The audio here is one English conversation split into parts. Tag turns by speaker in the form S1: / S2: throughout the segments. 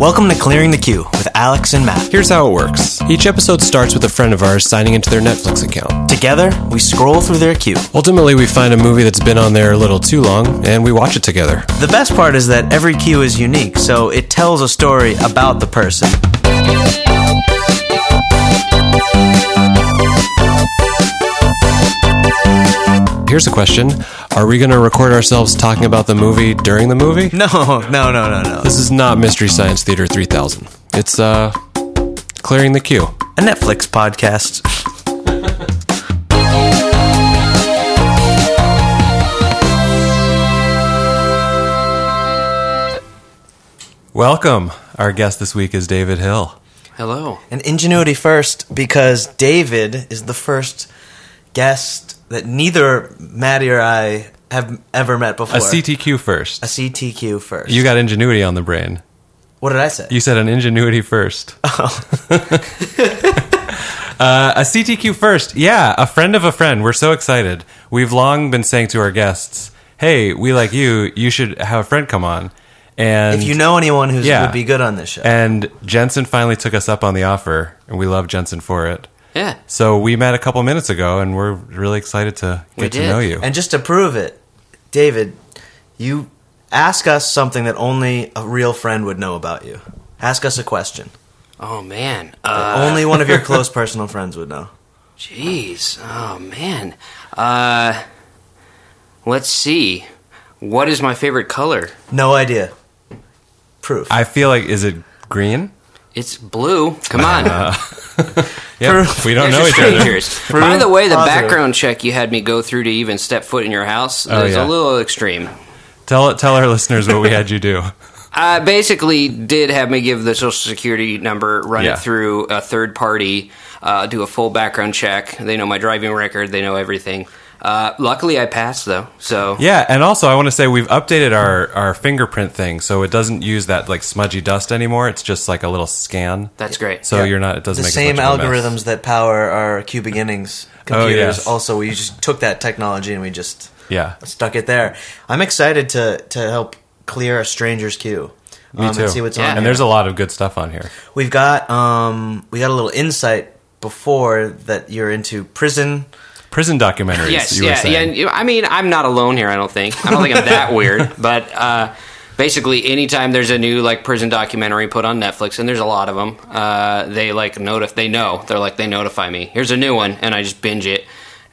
S1: Welcome to Clearing the Queue with Alex and Matt.
S2: Here's how it works each episode starts with a friend of ours signing into their Netflix account.
S1: Together, we scroll through their queue.
S2: Ultimately, we find a movie that's been on there a little too long and we watch it together.
S1: The best part is that every queue is unique, so it tells a story about the person.
S2: Here's a question Are we going to record ourselves talking about the movie during the movie?
S1: No, no, no, no, no.
S2: This is not Mystery Science Theater 3000. It's, uh, clearing the queue.
S1: A Netflix podcast.
S2: Welcome. Our guest this week is David Hill.
S3: Hello.
S1: And ingenuity first, because David is the first guest that neither Maddie or I have ever met before.
S2: A CTQ
S1: A
S2: first.
S1: CTQ first.
S2: You got ingenuity on the brain.
S1: what did I say?
S2: You said an ingenuity first. Oh. uh, a CTQ first. Yeah, a friend of a friend. We're so excited. We've long been saying to our guests, hey, we like you. You should have a friend come on. And
S1: if you know anyone who
S2: Yeah.
S1: would be good on this show.
S2: And Jensen finally took us up on the offer, and we love Jensen for it.
S3: Yeah.
S2: So we met a couple minutes ago, and we're really excited to
S3: We
S2: get to
S3: did.
S2: know you.
S1: And just to prove it, David, you ask us something that only a real friend would know about you. Ask us a question.
S3: Oh man. Uh,
S1: only one of your close personal friends would know.
S3: jeez. Oh man. Uh, let's see. What is my favorite color?
S1: No idea. Proof.
S2: I feel like is it green?
S3: It's blue. Come on.
S2: Yeah,
S1: Proof.
S2: we don't
S3: There's
S2: know
S3: your
S2: each other.
S3: strangers. By the way, the
S1: Positive.
S3: background check you had me go through to even step foot in your house
S2: Oh,
S3: was
S2: yeah.
S3: a little extreme.
S2: Tell tell our listeners what we had you do.
S3: Uh, basically, did have me give the social security number, run
S2: Yeah.
S3: it through a third party, uh, do a full background check. They know my driving record. They know everything. Uh, luckily, I passed though. So
S2: Yeah, and also I want to say we've updated our our fingerprint thing, so it doesn't use that like smudgy dust anymore. It's just like a little scan.
S3: that's great.
S2: So
S1: Yeah.
S2: you're not. It doesn't
S1: the
S2: make
S1: same
S2: as much of a mess.
S1: algorithms that power our Q beginnings
S2: Oh,
S1: computers.
S2: yes.
S1: Also, we just took that technology and we just
S2: Yeah.
S1: stuck it there. I'm excited to to help clear a stranger's queue.
S2: Me
S1: um,
S2: too.
S1: And see what's on.
S3: Yeah.
S2: And
S1: here.
S2: there's a lot of good stuff on here.
S1: We've got um we got a little insight before that you're into prison.
S2: Prison documentaries.
S3: Yes,
S2: you were
S3: yeah,
S2: saying.
S3: yeah. and, you know, I mean, I'm not alone here. I don't think. I don't think I'm that weird. But uh, basically, anytime there's a new like prison documentary put on Netflix, and there's a lot of them, uh, they like notif- They know. They're like they notify me. Here's a new one, and I just binge it.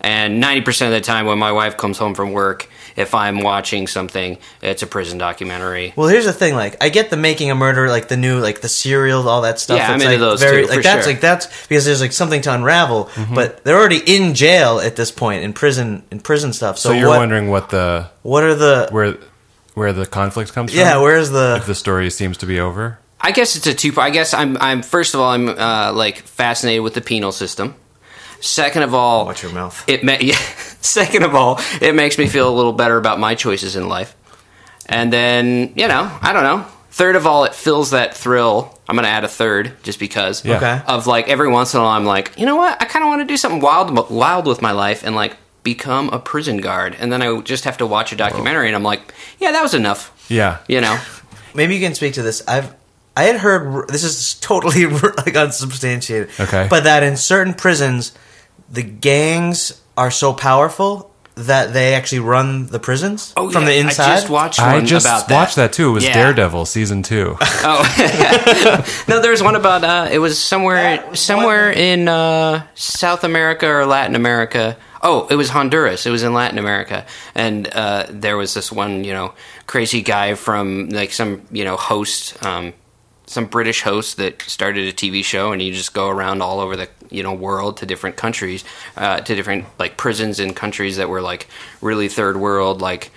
S3: And ninety percent of the time, when my wife comes home from work, if I'm watching something, it's a prison documentary.
S1: Well, here's the thing. Like, I get the making a murderer, like the new, like the serial, all that stuff.
S3: Yeah, I'm
S1: It's,
S3: into
S1: like,
S3: those too,
S1: Like
S3: for
S1: that's
S3: sure. Mm-hmm.
S1: like that's because there's like something to unravel. But they're already in jail at this point in prison in prison stuff. So,
S2: So you're
S1: what,
S2: wondering what the
S1: what are the
S2: where where the conflict comes from?
S1: yeah? Where's the
S2: if the story seems to be over.
S3: I guess it's a two. I guess I'm. I'm first of all, I'm uh, like fascinated with the penal system. Second of all,
S1: watch your mouth?
S3: It ma- yeah. Second of all, it makes me feel a little better about my choices in life. And then, you know, I don't know. Third of all, it fills that thrill. I'm going to add a third just because.
S2: Yeah.
S1: Okay.
S3: Of like every once in a while, I'm like, you know what? I kind of want to do something wild, wild with my life and like become a prison guard. And then I just have to watch a documentary and I'm like, yeah, that was enough.
S2: Yeah.
S3: You know?
S1: Maybe you can speak to this. I've I had heard this is totally like unsubstantiated.
S2: Okay.
S1: but that in certain prisons, the gangs are so powerful that they actually run the prisons
S3: Oh,
S1: from
S3: yeah,
S1: the inside.
S3: I just watched one
S2: I just
S3: about
S2: watched that too. It was
S3: Yeah.
S2: Daredevil season two.
S3: No, there's one about uh, it was somewhere
S1: That was
S3: somewhere
S1: one-
S3: in uh, South America or Latin America. Oh, it was Honduras. It was in Latin America, and uh, there was this one, you know, crazy guy from like some, you know, host, um, some British host that started a TV show, and you just go around all over the, you know, world to different countries, uh, to different like prisons in countries that were like really third world, like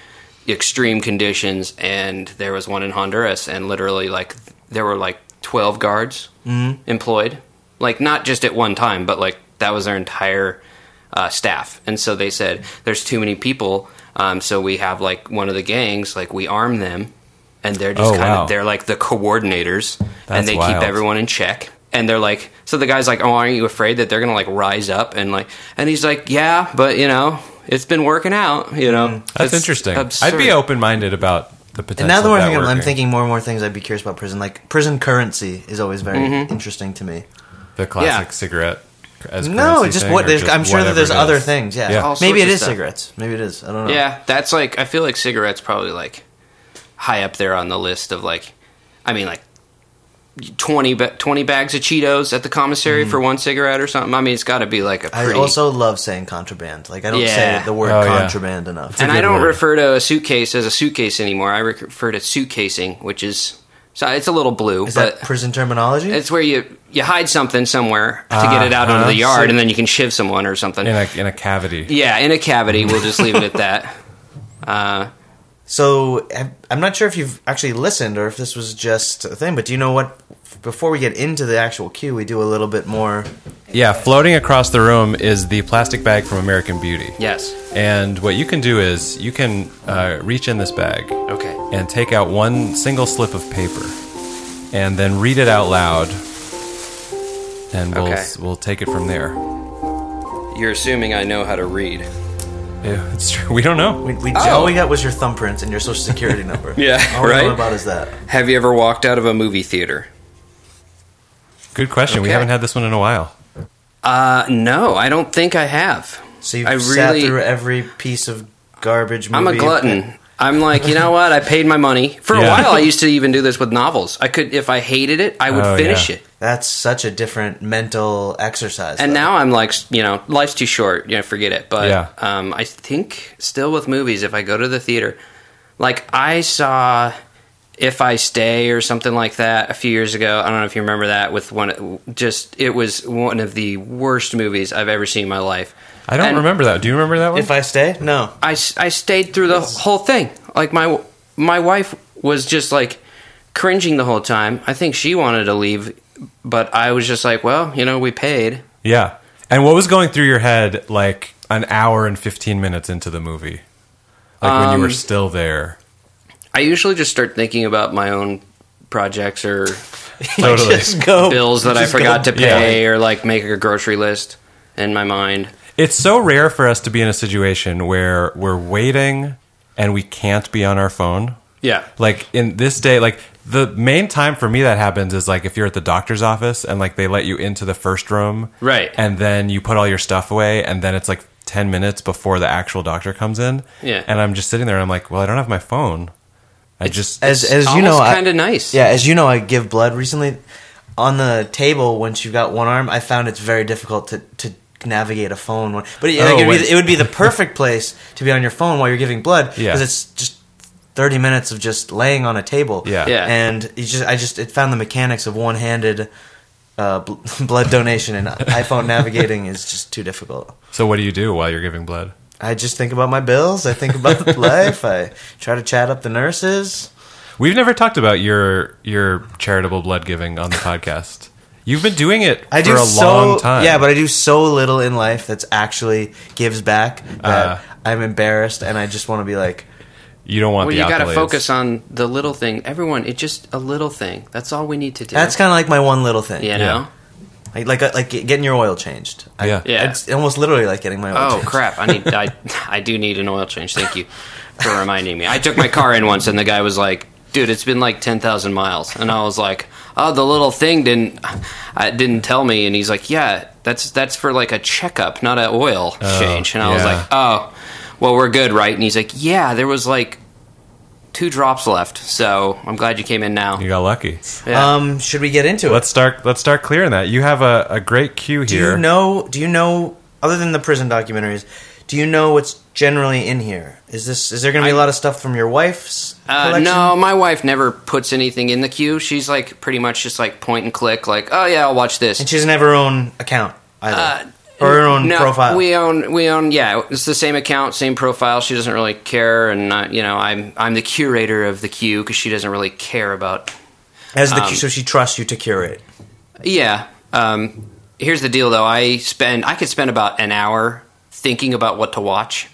S3: extreme conditions and there was one in Honduras and literally like there were like 12 guards
S2: Mm-hmm.
S3: employed like not just at one time but like that was their entire uh, staff and so they said there's too many people um, so we have like one of the gangs like we arm them and they're just
S2: Oh,
S3: kind
S2: wow.
S3: of they're like the coordinators
S2: That's
S3: and they
S2: wild.
S3: keep everyone in check and they're like so the guy's like oh aren't you afraid that they're gonna like rise up and like and he's like yeah but you know it's been working out you know
S2: That's
S3: It's
S2: interesting. I'd
S3: absurd.
S2: be open minded about the potential.
S1: And now that
S2: of
S1: we're
S2: that
S1: thinking, I'm
S2: working.
S1: thinking more and more things I'd be curious about prison. Like prison currency is always very
S3: Mm-hmm.
S1: interesting to me.
S2: the classic
S3: Yeah.
S2: cigarette. As
S1: No,
S2: currency
S1: just
S2: thing,
S1: what
S2: or
S1: there's. I'm sure that
S2: whatever
S1: there's
S2: it
S1: other
S2: is.
S1: things. Yeah,
S2: Yeah.
S3: All
S1: maybe
S3: sorts
S1: it
S3: of
S1: is
S3: stuff.
S1: cigarettes. Maybe it is. I don't know.
S3: Yeah, that's like I feel like cigarettes probably like high up there on the list of like, I mean like. 20, ba- 20 bags of Cheetos at the commissary
S2: Mm.
S3: for one cigarette or something. I mean, it's got to be like a
S1: I
S3: pretty.
S1: also love saying contraband. Like I don't
S3: Yeah.
S1: say the word
S2: Oh, yeah.
S1: contraband enough.
S2: a
S3: and I
S2: good
S3: don't
S2: word.
S3: refer to a suitcase as a suitcase anymore. I rec- refer to suitcasing, which is so it's a little blue,
S1: Is
S3: but
S1: that prison terminology?
S3: it's where you you hide something somewhere to get it out
S2: Uh-huh.
S3: onto the yard, and then you can shiv someone or something.
S2: in a in a cavity.
S3: yeah, in a cavity. We'll just leave it at that. Uh,
S1: So I'm- I'm not sure if you've actually listened or if this was just a thing, but do you know what? Before we get into the actual cue, we do a little bit more.
S2: Yeah, floating across the room is the plastic bag from American Beauty.
S3: yes.
S2: And what you can do is you can uh, reach in this bag
S3: Okay.
S2: and take out one single slip of paper and then read it out loud. And we'll,
S3: Okay.
S2: we'll take it from there.
S3: You're assuming I know how to read.
S2: Yeah, it's true. We don't know.
S1: We, we,
S3: Oh.
S1: All we got was your thumbprint and your social security number.
S3: Yeah,
S1: all we
S3: right?
S1: know about is that.
S3: Have you ever walked out of a movie theater?
S2: Good question. We
S3: Okay.
S2: haven't had this one in a while.
S3: Uh, no, I don't think I have.
S1: So you've
S3: I
S1: sat
S3: really-
S1: through every piece of garbage movie.
S3: I'm a glutton. I'm like, you know what? I paid my money. For a
S2: Yeah.
S3: while, I used to even do this with novels. I could, if I hated it, I would
S2: Oh,
S3: finish
S2: yeah.
S3: it.
S1: That's such a different mental exercise.
S3: And
S1: though.
S3: now I'm like, you know, life's too short. You know, forget it. But
S2: Yeah.
S3: um, I think still with movies, if I go to the theater, like I saw If I Stay or something like that a few years ago. I don't know if you remember that with one. Just it was one of the worst movies I've ever seen in my life.
S2: I don't
S3: And-
S2: remember that. Do you remember that one?
S1: if I stay, no.
S3: I, s- I stayed through the whole thing. Like my my wife was just like cringing the whole time. I think she wanted to leave, but I was just like, well, you know, we paid.
S2: yeah. And what was going through your head like an hour and 15 minutes into the movie? Like when
S1: Um,
S2: you were still there.
S3: I usually just start thinking about my own projects or
S2: Totally.
S1: Just go.
S3: bills that I
S1: Just go-
S3: forgot to
S2: yeah.
S3: pay or like make a grocery list in my mind.
S2: It's so rare for us to be in a situation where we're waiting and we can't be on our phone.
S3: Yeah.
S2: Like in this day, like the main time for me that happens is like if you're at the doctor's office and like they let you into the first room.
S3: Right.
S2: And then you put all your stuff away and then it's like 10 minutes before the actual doctor comes in.
S3: Yeah.
S2: And I'm just sitting there and I'm like, well, I don't have my phone. I just.
S1: As as you know, I-
S3: kind of nice.
S1: Yeah, as you know, I give blood recently. On the table, once you've got one arm, I found it's very difficult to, to navigate a phone. But it,
S2: Oh,
S1: like, it, would
S2: wait.
S1: be, it would be the perfect place to be on your phone while you're giving blood because
S2: Yeah.
S1: it's just thirty minutes of just laying on a table.
S2: Yeah.
S3: Yeah.
S1: and you just I just it found the mechanics of one handed uh, bl- blood donation and iPhone navigating is just too difficult.
S2: so what do you do while you're giving blood?
S1: I just think about my bills. I think about life. I try to chat up the nurses.
S2: We've never talked about your your charitable blood giving on the podcast. You've been doing it
S1: I
S2: for
S1: do
S2: a
S1: so,
S2: long time.
S1: Yeah, but I do so little in life that's actually gives back that
S2: Uh.
S1: I'm embarrassed and I just want to be like,
S2: you don't want
S3: Well,
S2: the
S3: you got to
S2: accolades.
S3: focus on the little thing. Everyone, it's just a little thing. That's all we need to do.
S1: that's kind of like my one little thing.
S3: you know.
S1: Like, like, like getting your oil changed. I,
S2: Yeah.
S3: Yeah.
S1: It's almost literally like getting my oil
S3: Oh
S1: changed.
S3: crap! I need I I do need an oil change. Thank you for reminding me. I took my car in once, and the guy was like, "Dude, it's been like ten thousand miles," and I was like, "Oh, the little thing didn't I didn't tell me." And he's like, "Yeah, that's that's for like a checkup, not an oil change." And I was
S2: yeah.
S3: like, "Oh, well, we're good, right?" And he's like, "Yeah, there was like." Two drops left, so I'm glad you came in now.
S2: You got lucky.
S3: Yeah.
S1: Um, should we get into
S2: Let's
S1: it?
S2: start. Let's start clearing that. You have a, a great cue
S1: Do
S2: here.
S1: you know? Do you know? Other than the prison documentaries, do you know what's generally in here? Is this? Is there going to be a lot of stuff from your wife's?
S3: Uh,
S1: collection?
S3: no, my wife never puts anything in the queue. She's like pretty much just like point and click, like, oh yeah, I'll watch this.
S1: And she doesn't have her own account either, or her own
S3: Uh, no,
S1: profile.
S3: We own, we own. Yeah, it's the same account, same profile. She doesn't really care, and I, you know, I'm I'm the curator of the queue because she doesn't really care about.
S1: As
S3: um,
S1: the so she trusts you to curate.
S3: Yeah. Um, here's the deal, though. I spend I could spend about an hour thinking about what to watch,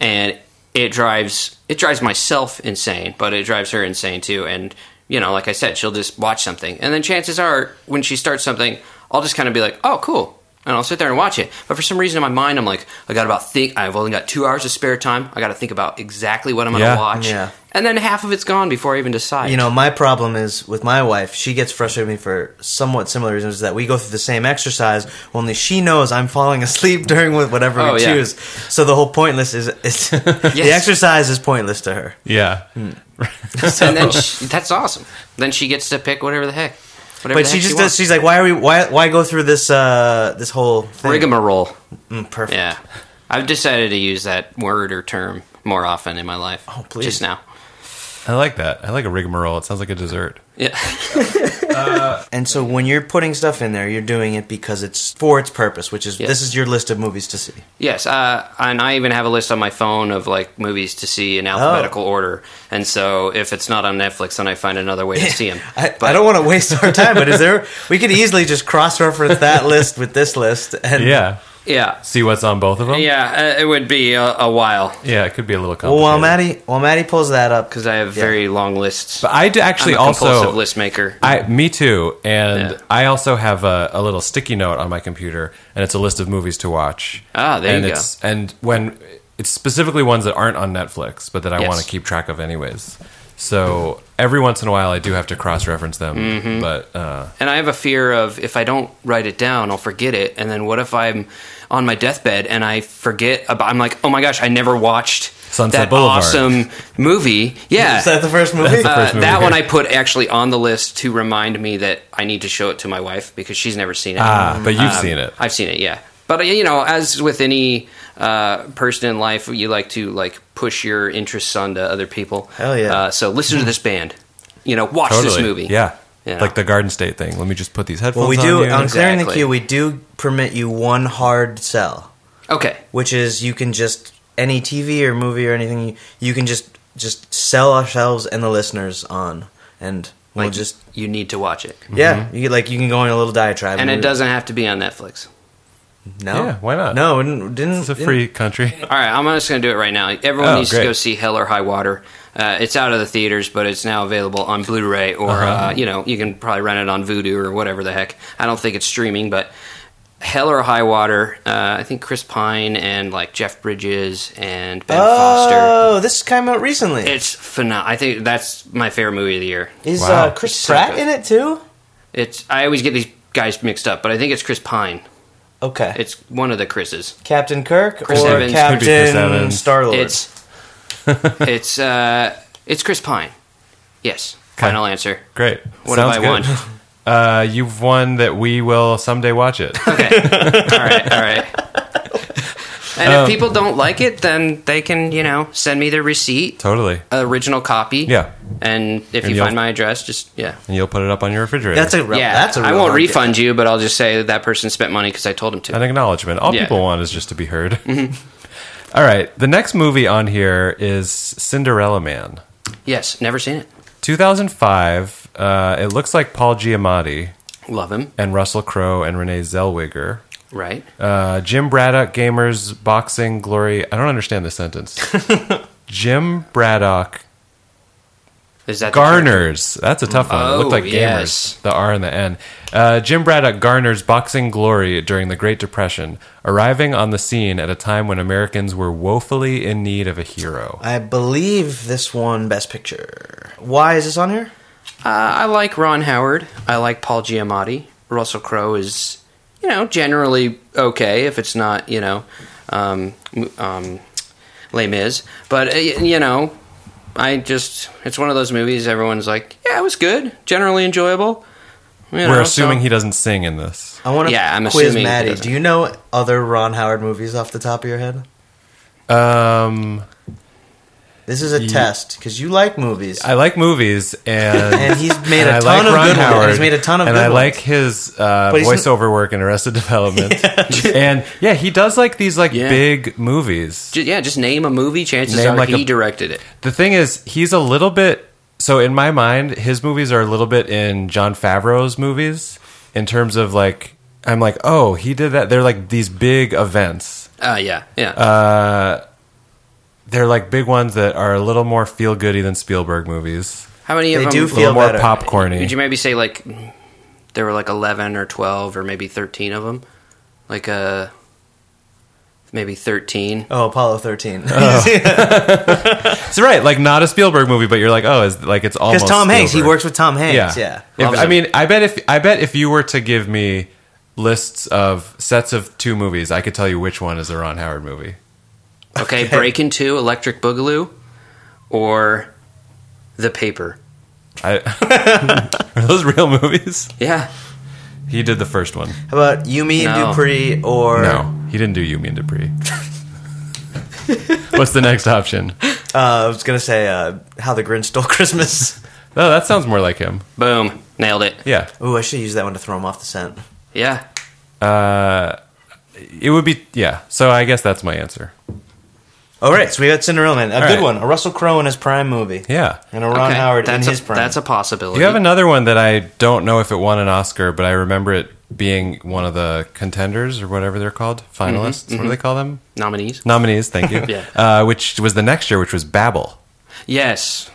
S3: and it drives it drives myself insane, but it drives her insane too. And you know, like I said, she'll just watch something, and then chances are when she starts something, I'll just kind of be like, "Oh, cool." and I'll sit there and watch it. But for some reason in my mind, I'm like, I got about think. I've only got two hours of spare time. I got to think about exactly what I'm going to
S2: Yeah.
S3: watch.
S1: Yeah.
S3: And then half of it's gone before I even decide.
S1: You know, my problem is with my wife. She gets frustrated with me for somewhat similar reasons. That we go through the same exercise. Only she knows I'm falling asleep during with whatever
S3: Oh,
S1: we
S3: yeah.
S1: choose. So the whole pointless is, is the exercise is pointless to her.
S2: Yeah.
S3: Hmm. and then she, that's awesome. Then she gets to pick whatever the heck. Whatever
S1: But
S3: the
S1: she
S3: heck
S1: just
S3: wants.
S1: does. She's like, why are we? Why why go through this uh this whole thing?
S3: rigmarole.
S1: Mm, perfect.
S3: Yeah, I've decided to use that word or term more often in my life.
S1: Oh, please.
S3: Just now.
S2: I like that. I like a rigmarole. It sounds like a dessert.
S3: Yeah.
S1: And so when you're putting stuff in there, you're doing it because it's for its purpose, which is
S3: Yeah.
S1: this is your list of movies to see.
S3: Yes, uh, and I even have a list on my phone of like movies to see in
S1: Oh.
S3: alphabetical order. And so if it's not on Netflix, then I find another way to see them.
S1: I, I don't want to waste our time, but is there? We could easily just cross-reference that list with this list, and
S2: Yeah.
S3: Yeah,
S2: See what's on both of them.
S3: Hmm. yeah, uh, it would be a, a while
S2: Yeah, it could be a little
S1: Well,
S2: complicated.
S1: while Maddie while Maddie pulls that up,
S3: because I have
S1: Yeah.
S3: very long lists.
S2: But I d- actually
S3: I'm a compulsive
S2: also
S3: list maker.
S2: I me too, and
S3: Yeah.
S2: I also have a, a little sticky note on my computer, and it's a list of movies to watch.
S3: Ah, there you
S2: and
S3: go.
S2: it's, And when it's specifically ones that aren't on Netflix, but that I
S3: Yes.
S2: want to keep track of anyways. So every once in a while, I do have to cross reference them.
S3: Mm-hmm.
S2: But uh,
S3: and I have a fear of if I don't write it down, I'll forget it. And then what if I'm on my deathbed and I forget about? I'm like, oh my gosh, I never watched
S2: Sunset
S3: that
S2: Boulevard.
S3: awesome movie. Yeah,
S1: is that the first movie?
S2: the first
S3: Uh,
S2: movie.
S3: that one I put actually on the list to remind me that I need to show it to my wife because she's never seen it.
S2: ah, but you've
S3: Um,
S2: seen it.
S3: I've seen it. Yeah, but uh, you know, as with any uh, person in life, you like to like push your interests onto other people.
S1: Hell yeah.
S3: Uh, so listen to this band. You know, watch
S2: Hmm. totally.
S3: this movie.
S2: Yeah.
S3: You know.
S2: Like the Garden State thing. Let me just put these headphones
S1: Well, we
S2: on.
S1: do
S2: here.
S1: on clearing the
S3: Exactly.
S1: queue. We do permit you one hard sell,
S3: Okay.
S1: which is you can just any TV or movie or anything you, you can just just sell ourselves and the listeners on, and we'll
S3: Like,
S1: just
S3: you need to watch it,
S1: yeah, you, like you can go on a little diatribe,
S3: and it
S1: we-
S3: doesn't have to be on Netflix.
S1: No,
S2: Yeah, why not?
S1: No, it didn't, didn't
S2: It's a
S1: didn't-
S2: free country.
S3: All right, I'm just going to do it right now. Everyone
S2: Oh,
S3: needs to
S2: great.
S3: go see Hell or High Water. Uh, it's out of the theaters, but it's now available on Blu-ray, or uh
S2: Uh-huh.
S3: you know, you can probably rent it on Vudu or whatever the heck. I don't think it's streaming, but Hell or High Water. Uh, I think Chris Pine and like Jeff Bridges and Ben Foster.
S1: Oh, this came out recently.
S3: It's phenomenal. I think that's my favorite movie of the year.
S1: Is
S2: Wow.
S1: uh, Chris
S3: It's so
S1: Pratt
S3: good.
S1: in it too?
S3: It's I always get these guys mixed up, but I think it's Chris Pine.
S1: Okay,
S3: It's one of the Chris's.
S1: Captain Kirk
S3: Chris
S1: or
S3: Evans. Could be
S2: Chris
S1: Captain
S2: Evans.
S1: Star Lord.
S3: It's it's uh, it's Chris Pine. Yes. Final answer.
S2: Great.
S3: What
S2: Sounds
S3: have I
S2: good.
S3: won?
S2: Uh, you've won that we will someday watch it.
S3: Okay. all right. All right. And
S2: Um,
S3: if people don't like it, then they can, you know, send me their receipt,
S2: totally.
S3: original copy.
S2: Yeah.
S3: And if
S2: And
S3: you
S2: you'll-
S3: find my address, just yeah.
S2: And you'll put it up on your refrigerator.
S1: that's a real,
S3: yeah.
S1: that's a
S3: I
S1: real
S3: won't
S1: hard
S3: refund you, but I'll just say that that person spent money because I told him to.
S2: an acknowledgement. All
S3: Yeah.
S2: people want is just to be heard.
S1: Mm-hmm.
S2: All right. The next movie on here is Cinderella Man.
S3: yes. Never seen it.
S2: 2005. Uh, it looks like Paul Giamatti
S3: Love him.
S2: and Russell Crowe and Renee Zellweger.
S3: Right.
S2: Uh, Jim Braddock, gamers, boxing, glory. I don't understand this sentence. Jim Braddock
S3: Is that the character?
S2: garners. That's a tough one. it
S3: Oh,
S2: looked like
S3: yes.
S2: gamers. The R and the N. Uh, Jim Braddock garners boxing glory during the Great Depression, arriving on the scene at a time when Americans were woefully in need of a hero.
S1: I believe this one Best Picture. Why is this on here?
S3: Uh, I like Ron Howard. I like Paul Giamatti. Russell Crowe is, you know, generally okay if it's not, you know, um, um, Les Mis. But, uh, y- you know, I just, it's one of those movies everyone's like, yeah, it was good, generally enjoyable. You know,
S2: We're assuming
S3: so-
S2: he doesn't sing in this.
S1: I want to
S3: Yeah, I'm
S1: quiz
S3: assuming it
S1: Maddie.
S3: doesn't.
S1: Do you know other Ron Howard movies off the top of your head?
S2: Um,
S1: This is a test, 'cause test because you like movies.
S2: I like movies, and
S1: And he's made a
S2: I
S1: ton
S2: like
S1: of
S2: Ron
S1: good ones.
S2: Howard,
S1: He's made a ton of
S2: and
S1: good
S2: I
S1: ones.
S2: like his uh,
S1: But he's n-
S2: voiceover work in Arrested Development, and yeah, he does like these like
S3: Yeah.
S2: big movies.
S3: Ju- yeah, just name a movie. Chances
S2: Name
S3: are
S2: like
S3: he
S2: a-
S3: directed it.
S2: The thing is, he's a little bit. So in my mind, his movies are a little bit in John Favreau's movies in terms of like I'm like, oh, he did that. They're like these big events. Uh,
S3: Uh, yeah, yeah.
S2: They're like big ones that are a little more feel goody than Spielberg movies.
S3: How many of
S1: they
S3: them?
S1: do
S2: A little
S1: Feel
S2: more
S1: better.
S2: popcorny.
S3: Would you maybe say like there were like eleven or twelve or maybe thirteen of them? like uh, maybe thirteen.
S1: Oh, Apollo 13. Because
S2: Oh, It's right, like not a Spielberg movie, but you're like, oh, it's like it's almost
S1: Tom Hanks, he
S2: Spielberg.
S1: works with Tom Hanks. Yeah.
S2: If-
S3: Loves
S2: I
S3: it.
S2: mean, I bet if I bet if you were to give me lists of sets of two movies, I could tell you which one is a Ron Howard movie.
S3: Okay, Break Into, Electric Boogaloo, or The Paper.
S2: I, are those real movies?
S3: Yeah,
S2: He did the first one.
S1: How about Yumi and
S3: No.
S1: Dupree or
S2: No, he didn't do You Mean Dupree. What's the next option?
S1: uh, I was going to say uh, How the Grinch Stole Christmas.
S2: No, that sounds more like him.
S3: boom, nailed it.
S2: Yeah,
S1: Ooh, I should use that one to throw him off the scent.
S3: Yeah,
S2: it would be. Yeah, so I guess that's my answer.
S1: All right, so we got Cinderella Man. A good
S2: right.
S1: one. A Russell Crowe in his prime movie.
S2: Yeah,
S1: And a Ron
S3: Okay,
S1: Howard in
S3: that's
S1: his
S3: a,
S1: prime.
S3: That's a possibility.
S2: You have another one that I don't know if it won an Oscar, but I remember it being one of the contenders or whatever they're called, finalists. What do they call them?
S3: nominees?
S2: Nominees. Thank you.
S3: Mm-hmm, Yeah.
S2: Uh, which was the next year, which was Babel.
S3: Yes.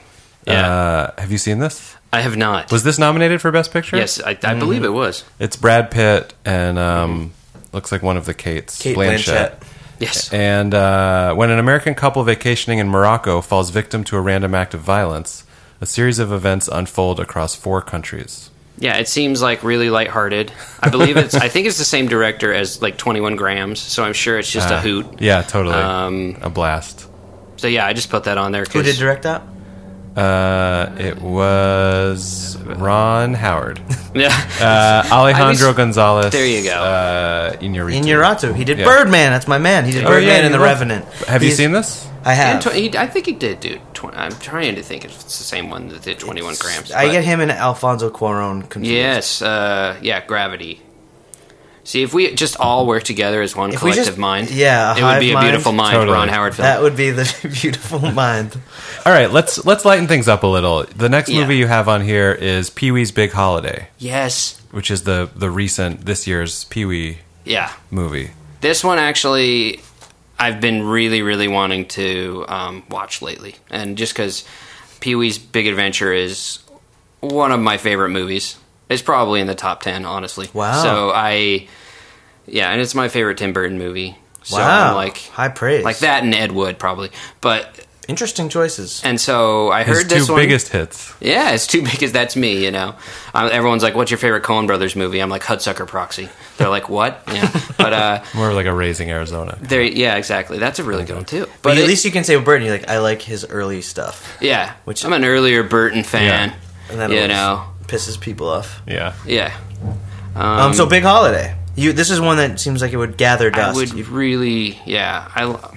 S3: Yeah,
S2: Uh, have you seen this?
S3: I have not.
S2: Was this nominated for Best Picture?
S3: yes, I, I believe it was.
S2: It's Brad Pitt and um, looks like one of the Kates.
S1: Kate Blanchett.
S3: Yes.
S2: And uh, when an American couple vacationing in Morocco falls victim to a random act of violence, a series of events unfold across four countries.
S3: Yeah, it seems like really lighthearted. I believe it's. I think it's the same director as like Twenty One Grams, so I'm sure it's just a
S2: Ah,
S3: hoot.
S2: Yeah, totally.
S3: Um,
S2: a blast.
S3: So yeah, I just put that on there
S1: Who did
S3: because
S1: direct that?
S2: Uh, it was Ron Howard,
S3: yeah,
S2: uh, Alejandro
S3: I was-
S2: Gonzalez.
S3: there you go.
S2: Uh, Inarritu.
S1: Inarritu. He did
S2: Yeah.
S1: Birdman. That's my man. He
S3: Oh,
S1: did Birdman and The
S2: you were-
S1: Revenant.
S2: Have
S1: He's-
S2: you seen this?
S1: I
S3: And
S1: have.
S3: tw- he, I think he did do. Tw- I'm trying to think if it's the same one that did Twenty One Grams.
S1: I
S3: but-
S1: get him and Alfonso Cuarón confused.
S3: Yes, uh, yeah, gravity. See, if we just all work together as one
S1: we
S3: collective
S1: just-
S3: mind,
S1: yeah, a
S3: it would be
S1: hive
S3: a beautiful
S1: mind.
S3: mind,
S2: Totally.
S3: Ron Howard film.
S1: That would be the beautiful mind.
S2: All right, let's let's lighten things up a little. The next
S3: Yeah.
S2: movie you have on here is Pee Wee's Big Holiday,
S3: yes,
S2: which is the the recent this year's Pee Wee
S3: yeah.
S2: movie.
S3: This one actually, I've been really, really wanting to um, watch lately, and just because Pee Wee's Big Adventure is one of my favorite movies. It's probably in the top ten, honestly.
S1: Wow.
S3: So I, yeah, and it's my favorite Tim Burton movie. So
S1: wow.
S3: I'm like,
S1: High praise.
S3: like that and Ed Wood probably, but
S1: Interesting choices.
S3: and so I
S2: His
S3: heard
S2: two
S3: this one.
S2: biggest hits.
S3: Yeah, it's too big as that's me, you know. Um, everyone's like, "What's your favorite Coen Brothers movie?" I'm like, "Hudsucker Proxy." They're like, "What?" Yeah, but uh,
S2: More like a Raising Arizona.
S3: there, yeah, exactly. That's a really good one too.
S1: But at
S3: it-
S1: least you can say with Burton, you're like, I like his early stuff.
S3: yeah,
S1: which-
S3: I'm an earlier Burton fan.
S1: And that
S3: you
S1: always
S3: know,
S1: pisses people off.
S2: Yeah.
S3: yeah.
S1: Um, so Big Holiday. You this is one that seems like it would gather
S3: Mm. I
S1: dust.
S3: would really, yeah. I, lo-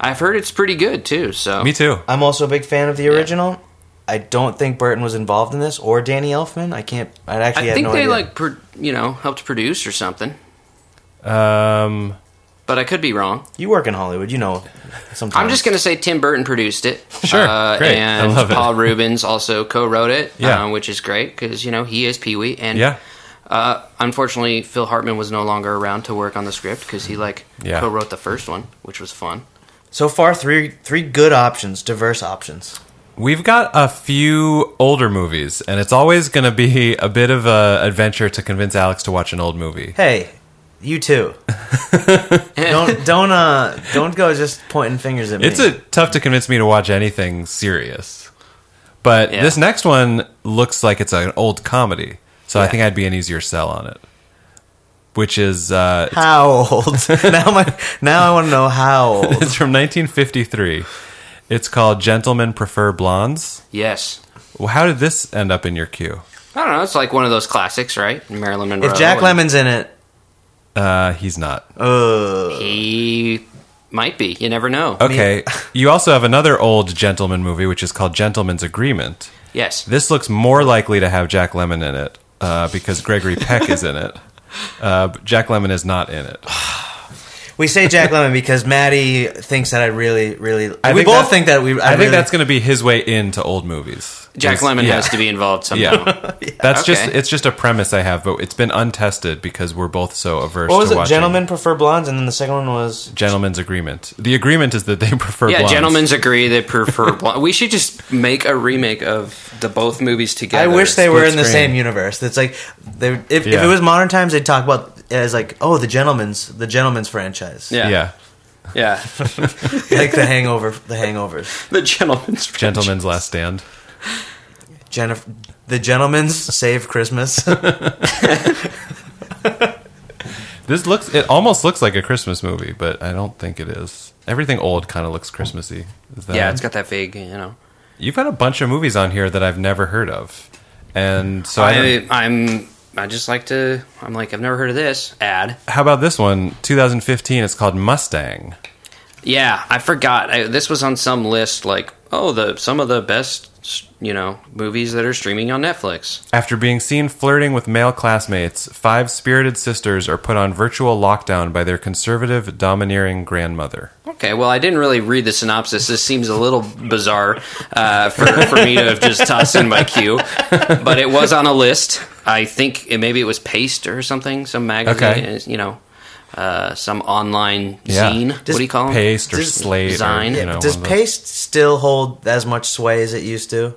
S3: I've heard it's pretty good too. So
S2: Me too.
S1: I'm also a big fan of the original. I don't think Burton was involved in this or Danny Elfman. I can't. I actually
S3: I
S1: had
S3: think
S1: no
S3: they
S1: idea.
S3: like, pro- you know, helped produce or something.
S2: Um,
S3: But I could be wrong.
S1: you work in Hollywood. You know. Sometimes
S3: I'm just going to say Tim Burton produced it.
S2: Sure,
S3: Uh,
S2: great. I
S3: And
S2: love it.
S3: Paul Rubens also co-wrote it,
S2: Yeah.
S3: uh, which is great because you know he is Pee Wee. And
S2: yeah.
S3: uh, unfortunately, Phil Hartman was no longer around to work on the script because he like
S2: Yeah.
S3: co-wrote the first one, which was fun.
S1: so far three three good options, diverse options.
S2: We've got a few older movies, and it's always going to be a bit of a adventure to convince Alex to watch an old movie.
S1: Hey, you too. don't don't uh don't go just pointing fingers at me.
S2: It's a, tough to convince me to watch anything serious, but
S3: Yeah.
S2: this next one looks like it's an old comedy, so I
S3: Yeah.
S2: think I'd be an easier sell on it. Which is uh, it's-
S1: how old? now my now I want to know how old.
S2: it's from 1953. It's called Gentlemen Prefer Blondes.
S3: Yes,
S2: Well, how did this end up in your queue?
S3: I don't know. It's like one of those classics, right? Marilyn Monroe.
S1: If Jack
S3: and
S1: Lemon's in it,
S2: Uh, he's not.
S1: uh,
S3: he might be. You never know.
S2: Okay. you also have another old gentleman movie, which is called Gentleman's Agreement.
S3: Yes.
S2: This looks more likely to have Jack Lemon in it uh, because Gregory Peck is in it. Uh, but Jack Lemon is not in it.
S1: we say Jack Lemon because Maddie thinks that I really really.
S2: I
S1: we both
S2: think that's-
S1: think that we. I,
S2: I, think
S1: really-
S2: that's going to be his way into old movies.
S3: Jack
S2: Is-
S3: Lemon
S2: yeah.
S3: has to be involved somehow.
S2: Yeah, that's just
S3: Okay.
S2: it's just a premise I have, but it's been untested because we're both so averse.
S1: What was
S2: to
S1: it?
S2: watching
S1: Gentlemen prefer blondes, and then the second one was
S2: Gentleman's agreement. The agreement is that they prefer.
S3: Yeah,
S2: blondes.
S3: gentlemen's agree they prefer blonde. We should just make a remake of the both movies together.
S1: I wish they were in the
S2: screen.
S1: same universe. It's like they, if, if
S2: Yeah.
S1: it was modern times, they'd talk about as like, oh, the gentleman's the gentleman's franchise,
S3: Yeah.
S2: yeah.
S3: Yeah.
S1: like the Hangover, the Hangovers,
S3: the gentleman's
S2: Gentleman's Last Stand.
S1: Jennifer, the gentleman's Save Christmas.
S2: This looks it almost looks like a Christmas movie, but I don't think it is. Everything old kind of looks Christmassy. Is that-
S3: Yeah, it's got that vague, you know.
S2: You've got a bunch of movies on here that I've never heard of. And so I,
S3: I, I'm. I just like to. I'm like I've never heard of this ad.
S2: how about this one? 2015, it's called Mustang.
S3: Yeah, I forgot. I, this was on some list. Like oh, the some of the best you know movies that are streaming on Netflix.
S2: After being seen flirting with male classmates, five spirited sisters are put on virtual lockdown by their conservative, domineering grandmother.
S3: Okay, well, I didn't really read the synopsis. This seems a little bizarre uh, for, for me to have just tossed in my queue, but it was on a list. I think it, maybe it was Paste or something, some magazine,
S2: Okay.
S3: you know, uh, some online
S2: Yeah.
S3: zine. what do you call 'em?
S2: Paste or
S1: Does-
S2: Slate. Or,
S3: Zine.
S2: you know,
S1: Does
S2: one of those-
S1: Paste still hold as much sway as it used to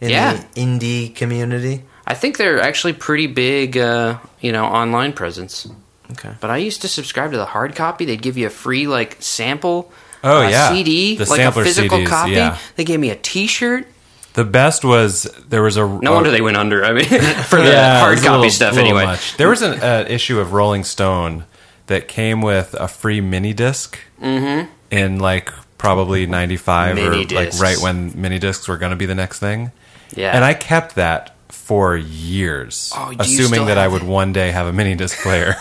S1: in
S3: Yeah.
S1: the indie community?
S3: I think they're actually pretty big, uh, you know, online presence.
S1: Okay.
S3: But I used to subscribe to the hard copy. They'd give you a free like sample.
S2: Oh,
S3: uh,
S2: yeah.
S3: CD,
S2: The
S3: like a
S2: sampler
S3: physical
S2: CDs,
S3: copy.
S2: yeah.
S3: They gave me a T-shirt.
S2: The best was there was a.
S3: No wonder they went under. I mean, for the
S2: Yeah, it
S3: hard
S2: was a
S3: copy
S2: little-
S3: stuff,
S2: little
S3: anyway.
S2: much. There was an uh, issue of Rolling Stone that came with a free mini disc in like probably 95 or
S3: Mm-hmm. Mini
S2: like
S3: discs.
S2: right when mini discs were going to be the next thing.
S3: Yeah.
S2: And I kept that for years,
S3: Oh, do you still
S2: assuming that I
S3: have
S2: would one day have a mini disc player.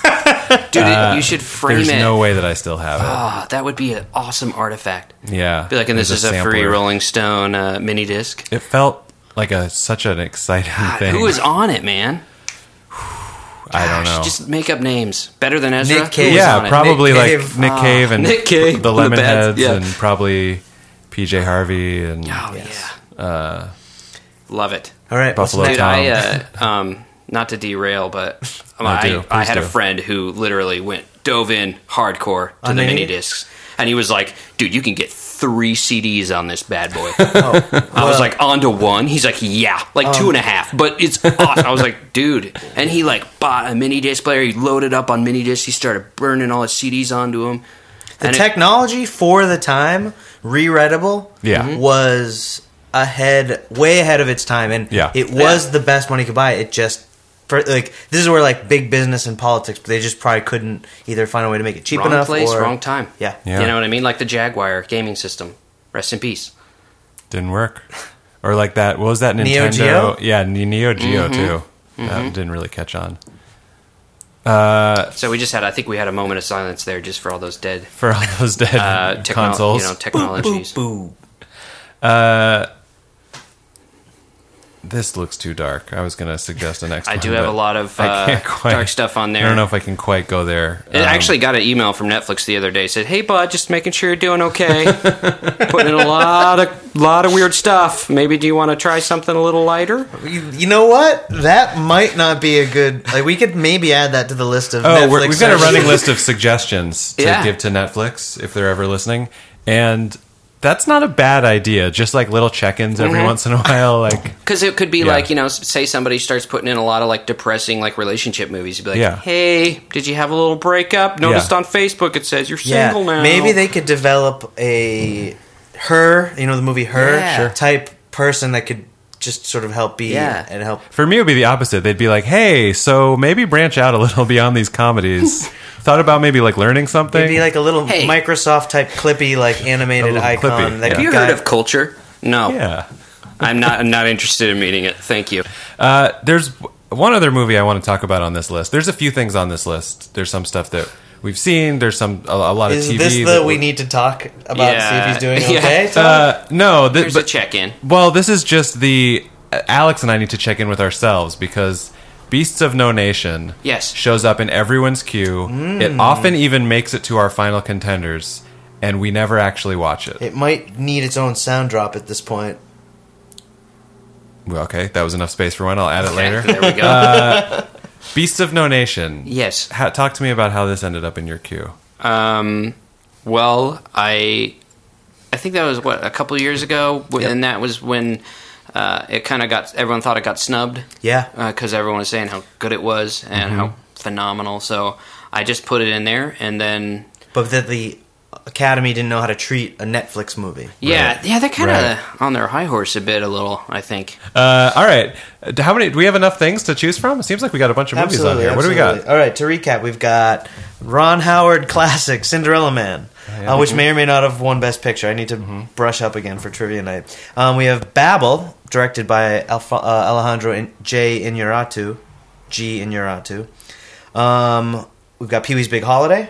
S3: Dude, it- you should
S2: uh,
S3: frame
S2: There's
S3: it.
S2: no way that I still have it.
S3: Ah, that would be an awesome artifact.
S2: yeah.
S3: Be like, and this
S2: There's
S3: is a, free
S2: sampler.
S3: Rolling Stone uh, mini disc.
S2: It felt like a such an exciting
S3: God,
S2: thing.
S3: who was on it, man?
S2: I don't
S3: Gosh,
S2: know.
S3: Just make up names. Better than Ezra.
S1: Nick
S3: Who
S1: Cage.
S3: was
S2: yeah,
S3: on it?
S2: probably
S1: Nick
S2: like
S1: Cave.
S2: Nick
S3: Ah,
S2: Cave and
S3: Nick Cave,
S2: the
S3: the bad-
S2: Lemonheads,
S3: yeah.
S2: and probably PJ Harvey and
S3: Oh
S1: Yes.
S3: yeah.
S2: Uh,
S3: Love it,
S1: All right, what's
S2: Buffalo
S1: next?
S3: dude.
S2: Tom.
S3: I uh, um, not to derail, but um, I,
S2: do.
S3: I
S2: Please
S3: had a
S2: do.
S3: friend who literally went dove in hardcore to
S1: On
S3: the
S1: the
S3: mini
S1: mini-
S3: discs, and he was like, "Dude, you can get three CDs on this bad boy."
S1: Oh,
S3: I was
S1: Well-
S3: like, "On to one." He's like, "Yeah, like two
S1: Um.
S3: and a half, but it's awesome." I was like, "Dude," and he like bought a mini disc player. He loaded up on mini discs. He started burning all his CDs onto him.
S1: The
S3: and it-
S1: technology for the time, rereadable,
S2: Yeah.
S3: Mm-hmm.
S2: Mhm.
S1: was ahead, way ahead of its time, and
S2: Yeah.
S1: it was the best money could buy. It just for like this is where like big business and politics, they just probably couldn't either find a way to make it cheap
S3: wrong
S1: enough
S3: place,
S1: or
S3: wrong time.
S1: Yeah.
S2: Yeah.
S3: you know what I mean. Like the Jaguar gaming system. Rest in peace.
S2: didn't work. Or like that, what was that Nintendo?
S1: Neo Geo?
S2: Yeah, Ne- Neo Geo
S3: Mm-hmm.
S2: too. That didn't really catch on.
S3: So we just had, I think we had a moment of silence there just for all those dead
S2: For all those dead
S3: uh, techno-
S2: consoles.
S3: you know, technologies.
S1: Boo.
S2: this looks too dark. I was going to suggest the next
S3: I
S2: one.
S3: do have
S2: but
S3: a lot of
S2: I
S3: uh,
S2: can't quite-
S3: dark stuff on there.
S2: I don't know if I can quite go there.
S3: It
S2: Um,
S3: actually got an email from Netflix the other day. Said, "Hey, bud, just making sure you're doing okay. Putting in a lot of lot of weird stuff. Maybe do you want to try something a little lighter?
S1: You, you know what? That might not be a good. Like we could maybe add that to the list of.
S2: Oh, we're,
S1: Netflix
S2: we've got a
S1: searches.
S2: running list of suggestions to
S3: Yeah.
S2: give to Netflix if they're ever listening, and that's not a bad idea. Just like little check-ins every
S3: Mm-hmm.
S2: once in a while, like
S3: Because it could be
S2: Yeah.
S3: like you know, s- say somebody starts putting in a lot of like depressing like relationship movies. You'd be like,
S2: Yeah.
S3: Hey, did you have a little breakup? Noticed on Facebook it says you're single now.
S1: Maybe they could develop a her, you know, the movie her
S3: Yeah. Sure.
S1: type person that could just sort of help be
S3: Yeah.
S1: and help.
S2: for me it would be the opposite. They'd be like, "Hey, so maybe branch out a little beyond these comedies. Thought about maybe like learning something."
S1: It'd be like a little
S3: Hey.
S1: Microsoft type clippy, like animated
S2: little
S1: icon.
S2: Clippy,
S1: that
S2: yeah.
S3: Have you
S1: got-
S3: heard of culture? No.
S2: yeah.
S3: I'm not. I'm not interested in meeting it. Thank you.
S2: Uh, there's one other movie I want to talk about on this list. There's a few things on this list. There's some stuff that we've seen. There's some a, a lot of
S1: Is
S2: TV.
S1: this the
S2: that
S1: we
S2: we're-
S1: need to talk about? See if
S3: Yeah.
S1: he's doing
S3: Yeah.
S1: okay.
S2: Uh, no, th-
S3: There's
S2: but-
S3: a check-in.
S2: Well, this is just the uh, Alex and I need to check in with ourselves because Beasts of No Nation
S3: Yes.
S2: shows up in everyone's queue. It often even makes it to our final contenders, and we never actually watch it.
S1: it might need its own sound drop at this point.
S2: Well, okay, that was enough space for one. I'll add it
S3: Okay,
S2: later.
S3: There we go.
S2: Beasts of No Nation.
S3: yes.
S2: Ha- talk to me about how this ended up in your queue.
S3: Um, well, I I think that was what a couple years ago, wh- and that was when uh, it kind of got everyone thought it got snubbed
S1: Yeah.
S3: because everyone was saying how good it was and how phenomenal. So I just put it in there, and then
S1: But that the Academy didn't know how to treat a Netflix movie.
S3: yeah,
S2: Right.
S3: yeah, they're kind of
S2: Right.
S3: on their high horse a bit, a little. I think.
S2: Uh, all right. Uh, How many? Do we have enough things to choose from? It seems like we got a bunch of movies on here. What do we got?
S1: All right, to recap, we've got Ron Howard classic Cinderella Man,
S2: Oh,
S1: uh, which may or may not have won Best Picture. I need to
S2: Mm-hmm.
S1: brush up again for trivia night. Um, we have Babel, directed by Alfa- uh, Alejandro In- J. Inarritu, G. Inarritu. Um, we've got Pee Wee's Big Holiday.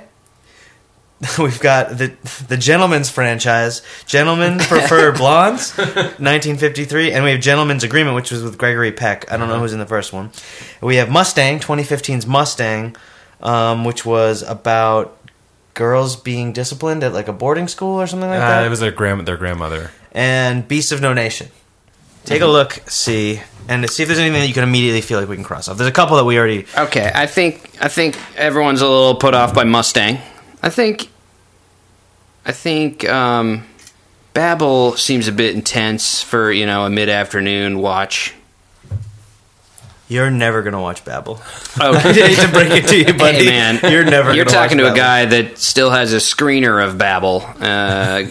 S1: We've got the the Gentleman's franchise. Gentlemen prefer blondes, 1953, and we have Gentleman's Agreement, which was with Gregory Peck. I don't
S3: Uh-huh.
S1: know who's in the first one. We have Mustang, 2015's Mustang, um, which was about girls being disciplined at like a boarding school or something like
S2: Uh,
S1: that.
S2: it was their grand their grandmother.
S1: and Beast of No Nation. Take
S3: Mm-hmm.
S1: a look, see, and see if there's anything that you can immediately feel like we can cross off. There's a couple that we already.
S3: Okay, I think I think everyone's a little put off by Mustang. I think I think um, Babel seems a bit intense for you know a mid afternoon watch.
S1: You're never gonna watch Babel. I
S3: Oh,
S1: hate to break it to you, buddy.
S3: hey man,
S1: you're never.
S3: you're
S1: gonna
S3: talking to
S1: watch
S3: a
S1: Babel.
S3: guy that still has a screener of Babel. Uh,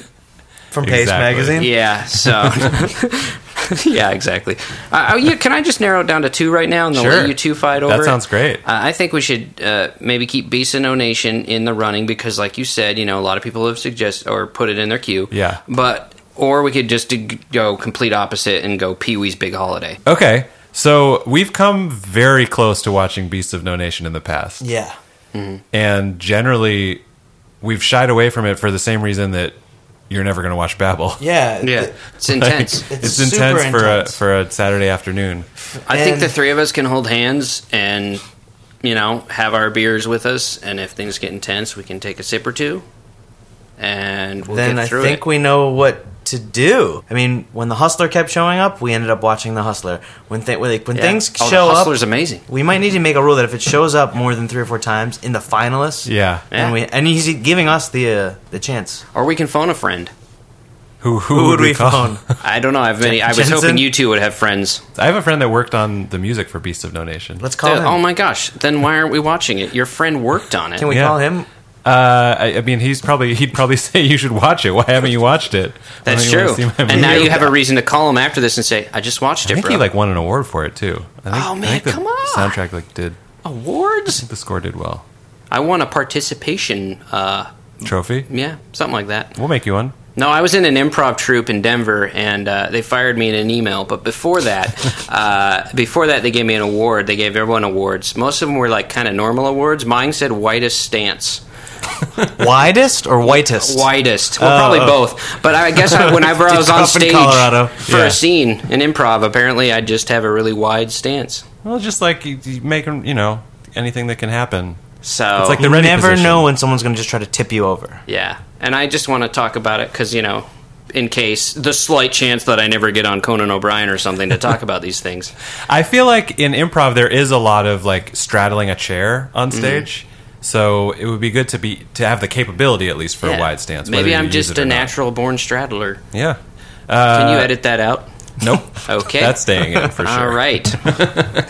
S1: from Pace
S2: Exactly.
S1: Magazine.
S3: yeah, so. yeah, exactly. Uh, oh, yeah, can I just narrow it down to two right now, and then
S2: Sure.
S3: let you two fight
S2: That
S3: over? it?
S2: sounds great.
S3: Uh, I think we should uh, maybe keep Beast and No Nation in the running because, like you said, you know a lot of people have suggested or put it in their queue.
S2: Yeah.
S3: but or we could just do, go complete opposite and go Pee Wee's Big Holiday.
S2: Okay, so we've come very close to watching Beasts of No Nation in the past,
S1: Yeah.
S2: and generally, we've shied away from it for the same reason that you're never going to watch Babel.
S1: Yeah.
S3: Yeah,
S1: th-
S3: it's intense.
S2: It's,
S1: It's
S2: intense,
S1: super
S2: for a
S1: intense.
S2: for a Saturday afternoon.
S3: I think the
S1: and-
S3: three of us can hold hands and you know have our beers with us, and if things get intense, we can take a sip or two, and we'll
S1: then
S3: get
S1: I
S3: through
S1: think
S3: it.
S1: we know what to do. I mean, when the hustler kept showing up, we ended up watching the hustler. When th- like when
S3: Yeah.
S1: things
S3: oh,
S1: show
S3: the Hustler's
S1: up,
S3: amazing.
S1: we might need to make a rule that if it shows up more than three or four times in the finalists,
S2: Yeah.
S1: and we and he's giving us the uh, the chance.
S3: Or we can phone a friend.
S2: Who who,
S1: Who would we
S2: call?
S1: phone?
S3: I don't know. I've many. I was
S1: Jensen?
S3: hoping you two would have friends.
S2: I have a friend that worked on the music for Beasts of No Nation.
S1: Let's call
S3: Dude,
S1: him.
S3: oh my gosh! Then why aren't we watching it? Your friend worked on it.
S1: Can we
S2: Yeah.
S1: call him?
S2: Uh, I, I mean, he's probably he'd probably say you should watch it. Why haven't you watched it? Why
S3: That's
S2: don't Oh, you
S3: true.
S2: wanna see my movie?
S3: And now you have a reason to call him after this and say, "I just watched
S2: I
S3: it,
S2: think
S3: bro."
S2: he like won an award for it too. I think,
S3: Oh,
S2: I
S3: man,
S2: think the
S3: come on.
S2: Soundtrack like did
S3: awards.
S2: the score did well.
S3: I won a participation. Uh,
S2: Trophy.
S3: yeah, something like that.
S2: We'll make you one.
S3: No, I was in an improv troupe in Denver, and uh, they fired me in an email. But before that, uh, before that, they gave me an award. They gave everyone awards. Most of them were like kind of normal awards. Mine said whitest stance.
S1: Widest or whitest?
S3: widest. Well, probably
S1: oh.
S3: both. But I guess I, whenever I was on
S1: Tough in
S3: stage
S1: Colorado.
S3: for
S2: Yeah.
S3: a scene in improv, apparently I just have a really wide stance.
S2: Well, just like you, you make 'em, you know, anything that can happen.
S3: So
S2: It's like the
S1: You
S2: ready
S1: never
S2: position.
S1: know when someone's going to just try to tip you over.
S3: yeah, and I just want to talk about it because you know, in case the slight chance that I never get on Conan O'Brien or something to talk about these things.
S2: I feel like in improv there is a lot of like straddling a chair on
S3: Mm-hmm.
S2: stage. So it would be good to be to have the capability at least for
S3: Yeah.
S2: a wide stance. whether
S3: Maybe
S2: you
S3: I'm
S2: use
S3: just
S2: it or
S3: a
S2: not.
S3: natural born straddler.
S2: Yeah.
S3: Can you edit that out?
S2: Nope.
S3: Okay.
S2: That's staying in for sure.
S3: All right.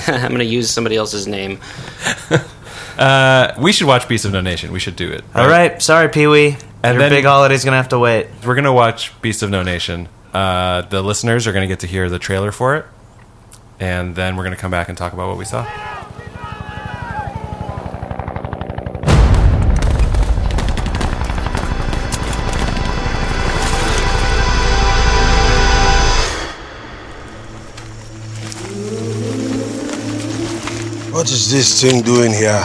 S3: I'm going to use somebody else's name.
S2: Uh, we should watch Beast of No Nation. We should do it.
S1: All right, sorry, Pee Wee.
S2: And
S1: Your
S2: then-
S1: big holiday's going to have to wait.
S2: We're gonna watch Beast of No Nation. Uh, the listeners are gonna get to hear the trailer for it, and then we're gonna come back and talk about what we saw.
S4: What is this thing doing here?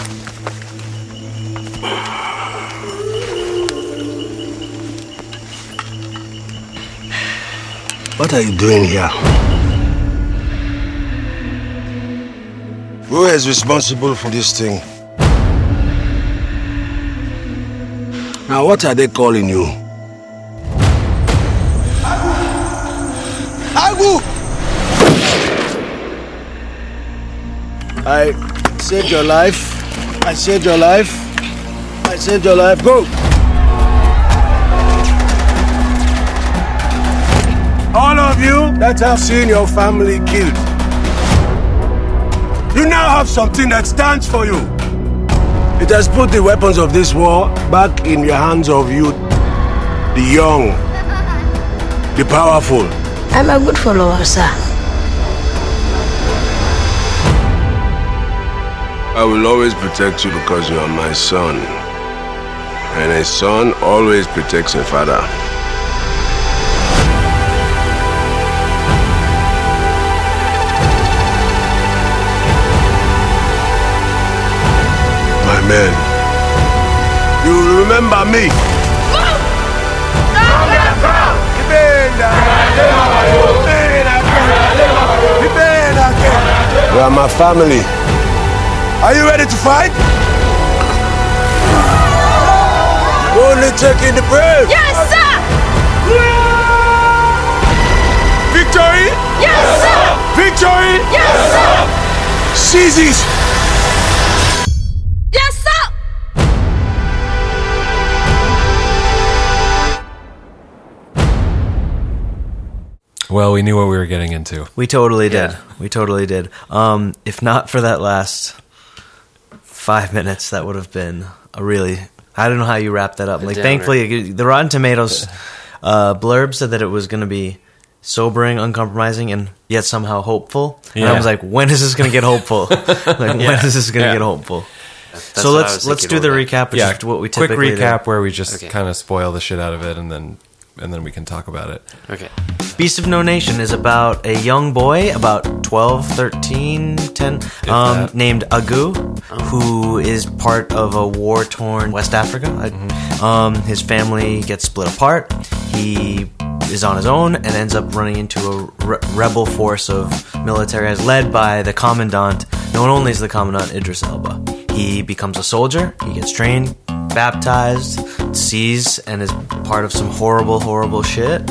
S4: What are you doing here? Who is responsible for this thing? Now, what are they calling you? Agu! I saved your life. I saved your life. I saved your life. Go. All of you that have seen your family killed, you now have something that stands for you. It has put the weapons of this war back in the hands of youth, the young, the powerful.
S5: I'm a good follower, sir.
S4: I will always protect you because you are my son. And a son always protects a father. My man, you will remember me. We are my family. Are you ready to fight? Only taking the brave.
S6: Yes, sir!
S4: Victory!
S6: Yes, sir!
S4: Victory!
S6: Yes, sir!
S4: Seizes!
S6: Yes, sir!
S2: Well, we knew what we were getting into.
S1: We totally did.
S3: Yeah.
S1: We totally did. Um, if not for that last five minutes, that would have been a really. I don't know how you wrap that up. Like,
S3: downer.
S1: thankfully, the Rotten Tomatoes uh, blurb said that it was going to be sobering, uncompromising, and yet somehow hopeful. And I
S2: Yeah.
S1: was like, when is this going to get hopeful? like, when is this going to
S2: Yeah.
S1: get hopeful?
S3: That's
S1: so
S3: what I
S1: let's
S3: was
S1: let's do
S3: thinking
S1: the
S3: about.
S1: recap, which is what we
S2: quick
S1: typically do.
S2: recap where we just
S3: Okay.
S2: kind of spoil the shit out of it, and then and then we can talk about it.
S3: Okay.
S1: Beast of No Nation is about a young boy, about 12, 13, 10, um,
S2: that.
S1: named Agu, who is part of a war torn West Africa. I- Um, his family gets split apart. He is on his own and ends up running into a re- rebel force of military as led by the commandant, known only as the commandant Idris Elba. He becomes a soldier, he gets trained, baptized, sees, and is part of some horrible, horrible shit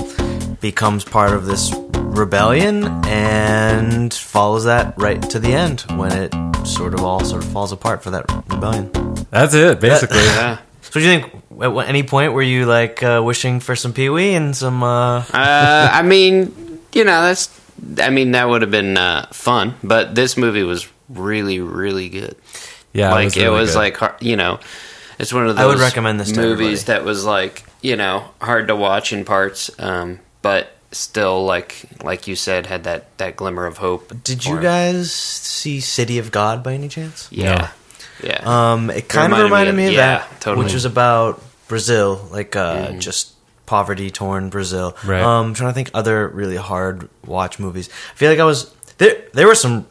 S1: becomes part of this rebellion and follows that right to the end when it sort of all sort of falls apart for that rebellion.
S2: That's it, basically.
S3: Yeah.
S1: So, do you think at what- any point were you like uh, wishing for some Pee Wee and some? Uh...
S3: Uh, I mean, you know, that's. I mean, that would have been uh, fun, but this movie was really, really good.
S2: yeah,
S3: like it
S2: really good.
S3: was, like hard, you know, it's one of those.
S1: I would recommend this to everybody.
S3: movies that was like you know hard to watch in parts, um, but still like like you said had that that glimmer of hope.
S1: Did
S3: for
S1: you
S3: it.
S1: guys see City of God by any chance?
S3: Yeah, yeah.
S1: Um, it kind of
S3: reminded
S1: reminded
S3: me
S1: me
S3: of-
S1: of
S3: yeah,
S1: that,
S3: totally.
S1: which was about Brazil, like uh, just poverty torn Brazil.
S2: Mm. Right.
S1: Um, I'm trying to think other really hard watch movies. I feel like I was there. There were some.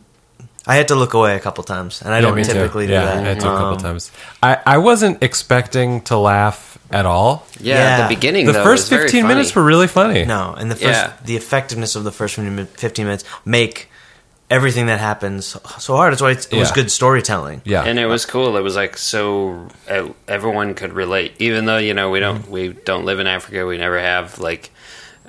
S1: I had to look away a couple times, and I
S2: Yeah,
S1: don't
S2: me too.
S1: typically do
S2: yeah,
S1: that.
S2: I took a couple
S1: Um,
S2: times. I, I wasn't expecting to laugh at all.
S3: yeah, at
S1: yeah.
S3: the beginning.
S2: The
S3: though,
S2: first
S3: was very
S2: 15 minutes
S3: funny.
S2: were really funny.
S1: No, and the first
S3: Yeah.
S1: the effectiveness of the first 15 minutes make everything that happens so hard. That's why it's, it was
S2: Yeah.
S1: good storytelling.
S2: Yeah.
S3: and it was cool. It was like so uh, everyone could relate, even though you know we
S1: Mm-hmm.
S3: don't we don't live in Africa. We never have like.